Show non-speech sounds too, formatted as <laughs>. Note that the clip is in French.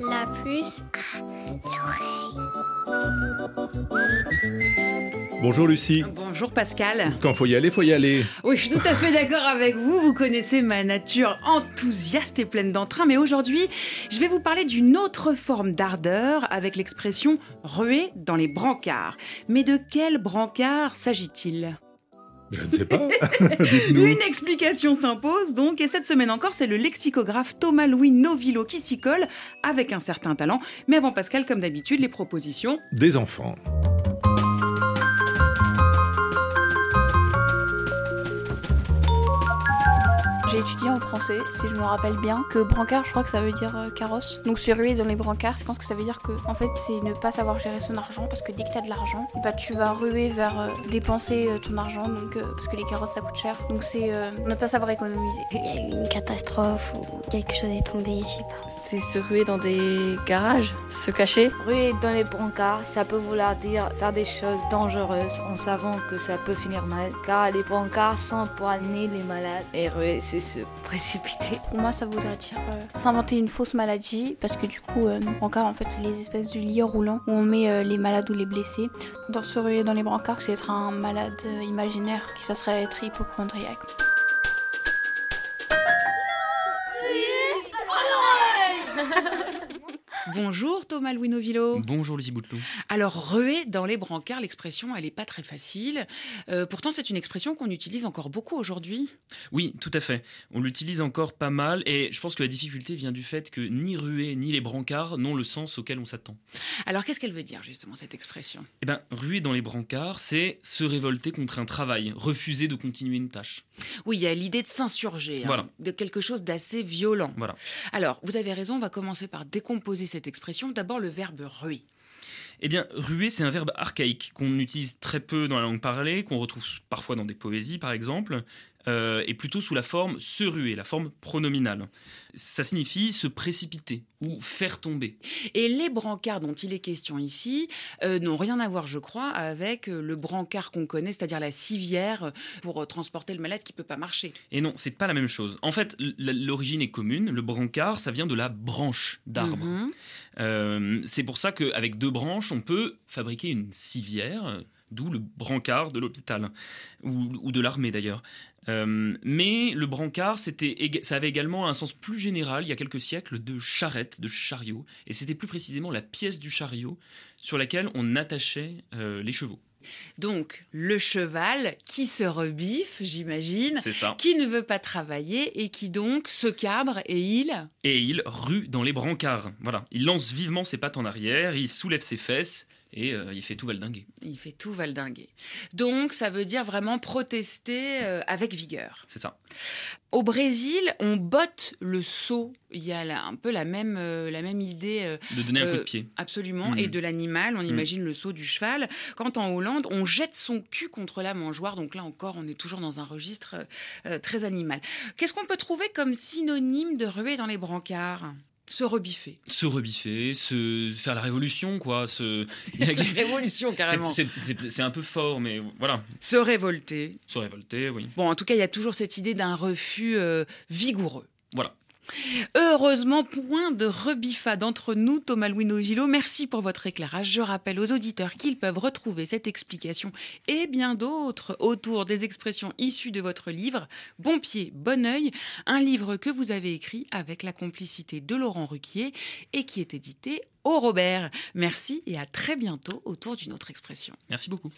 La puce à l'oreille. Bonjour Lucie. Bonjour Pascal. Quand faut y aller, faut y aller. Oui, je suis tout à fait d'accord avec vous. Vous connaissez ma nature enthousiaste et pleine d'entrain, mais aujourd'hui, je vais vous parler d'une autre forme d'ardeur avec l'expression ruer dans les brancards. Mais de quel brancard s'agit-il je ne sais pas. Une explication s'impose donc, et cette semaine encore, c'est le lexicographe Thomas-Louis Novillo qui s'y colle avec un certain talent. Mais avant Pascal, comme d'habitude, les propositions. Des enfants. J'ai étudié en français, si je me rappelle bien, que brancard, je crois que ça veut dire euh, carrosse. Donc se ruer dans les brancards, je pense que ça veut dire que, en fait, c'est ne pas savoir gérer son argent, parce que dès que t'as de l'argent, bah, tu vas ruer vers euh, dépenser euh, ton argent, donc, parce que les carrosses ça coûte cher. Donc c'est euh, ne pas savoir économiser. Il y a eu une catastrophe ou quelque chose est tombé, je sais pas. C'est se ruer dans des garages, se cacher. Ruer dans les brancards, ça peut vouloir dire faire des choses dangereuses en savant que ça peut finir mal, car les brancards s'empoignent les malades et ruer, se précipiter. Pour moi, ça voudrait dire euh, s'inventer une fausse maladie, parce que du coup, euh, brancard, en fait, c'est les espèces de lits roulants où on met euh, les malades ou les blessés. Dans se ruer dans les brancards, c'est être un malade euh, imaginaire, qui ça serait être hypochondriaque. Bonjour Thomas Louis Novillo. Bonjour Lucie Bouteloup. Alors, ruer dans les brancards, l'expression, elle n'est pas très facile. Euh, pourtant, c'est une expression qu'on utilise encore beaucoup aujourd'hui. Oui, tout à fait. On l'utilise encore pas mal et je pense que la difficulté vient du fait que ni ruer ni les brancards n'ont le sens auquel on s'attend. Alors, qu'est-ce qu'elle veut dire justement, cette expression Eh bien, ruer dans les brancards, c'est se révolter contre un travail, refuser de continuer une tâche. Oui, il y a l'idée de s'insurger, voilà. hein, de quelque chose d'assez violent. Voilà. Alors, vous avez raison, on va commencer par décomposer cette expression. D'abord, le verbe ruer. Eh bien, ruer, c'est un verbe archaïque qu'on utilise très peu dans la langue parlée, qu'on retrouve parfois dans des poésies, par exemple, euh, et plutôt sous la forme se ruer, la forme pronominale. Ça signifie se précipiter ou faire tomber. Et les brancards dont il est question ici euh, n'ont rien à voir, je crois, avec euh, le brancard qu'on connaît, c'est-à-dire la civière euh, pour transporter le malade qui peut pas marcher. Et non, c'est pas la même chose. En fait, l'origine est commune. Le brancard, ça vient de la branche d'arbre. Mm-hmm. Mhm. Mmh. Euh, c'est pour ça qu'avec deux branches, on peut fabriquer une civière, d'où le brancard de l'hôpital, ou, ou, de l'armée d'ailleurs. Euh, mais le brancard, c'était, ça avait également un sens plus général, il y a quelques siècles, de charrette, de chariot, et c'était plus précisément la pièce du chariot sur laquelle on attachait euh, les chevaux. Donc, le cheval qui se rebiffe, j'imagine, qui ne veut pas travailler et qui donc se cabre et il... Et il rue dans les brancards. Voilà, il lance vivement ses pattes en arrière, il soulève ses fesses, et euh, il fait tout valdinguer. Il fait tout valdinguer. Donc ça veut dire vraiment protester euh, avec vigueur. C'est ça. Au Brésil, on botte le seau. Il y a là, un peu la même, euh, la même idée. de donner un coup de pied. Absolument. Mmh. Et de l'animal, on mmh. imagine le seau du cheval. Quand en Hollande, on jette son cul contre la mangeoire. Donc là encore, on est toujours dans un registre euh, très animal. Qu'est-ce qu'on peut trouver comme synonyme de ruée dans les brancards se rebiffer. Se rebiffer, se faire la révolution, quoi. Se... <laughs> révolution, carrément. C'est un peu fort, mais voilà. Se révolter. Se révolter, oui. Bon, en tout cas, il y a toujours cette idée d'un refus euh, vigoureux. Voilà. Heureusement, point de rebiffade entre nous, Thomas Louis Novilo. Merci pour votre éclairage. Je rappelle aux auditeurs qu'ils peuvent retrouver cette explication et bien d'autres autour des expressions issues de votre livre Bon pied, bon oeil, un livre que vous avez écrit avec la complicité de Laurent Ruquier et qui est édité au Robert. Merci et à très bientôt autour d'une autre expression. Merci beaucoup.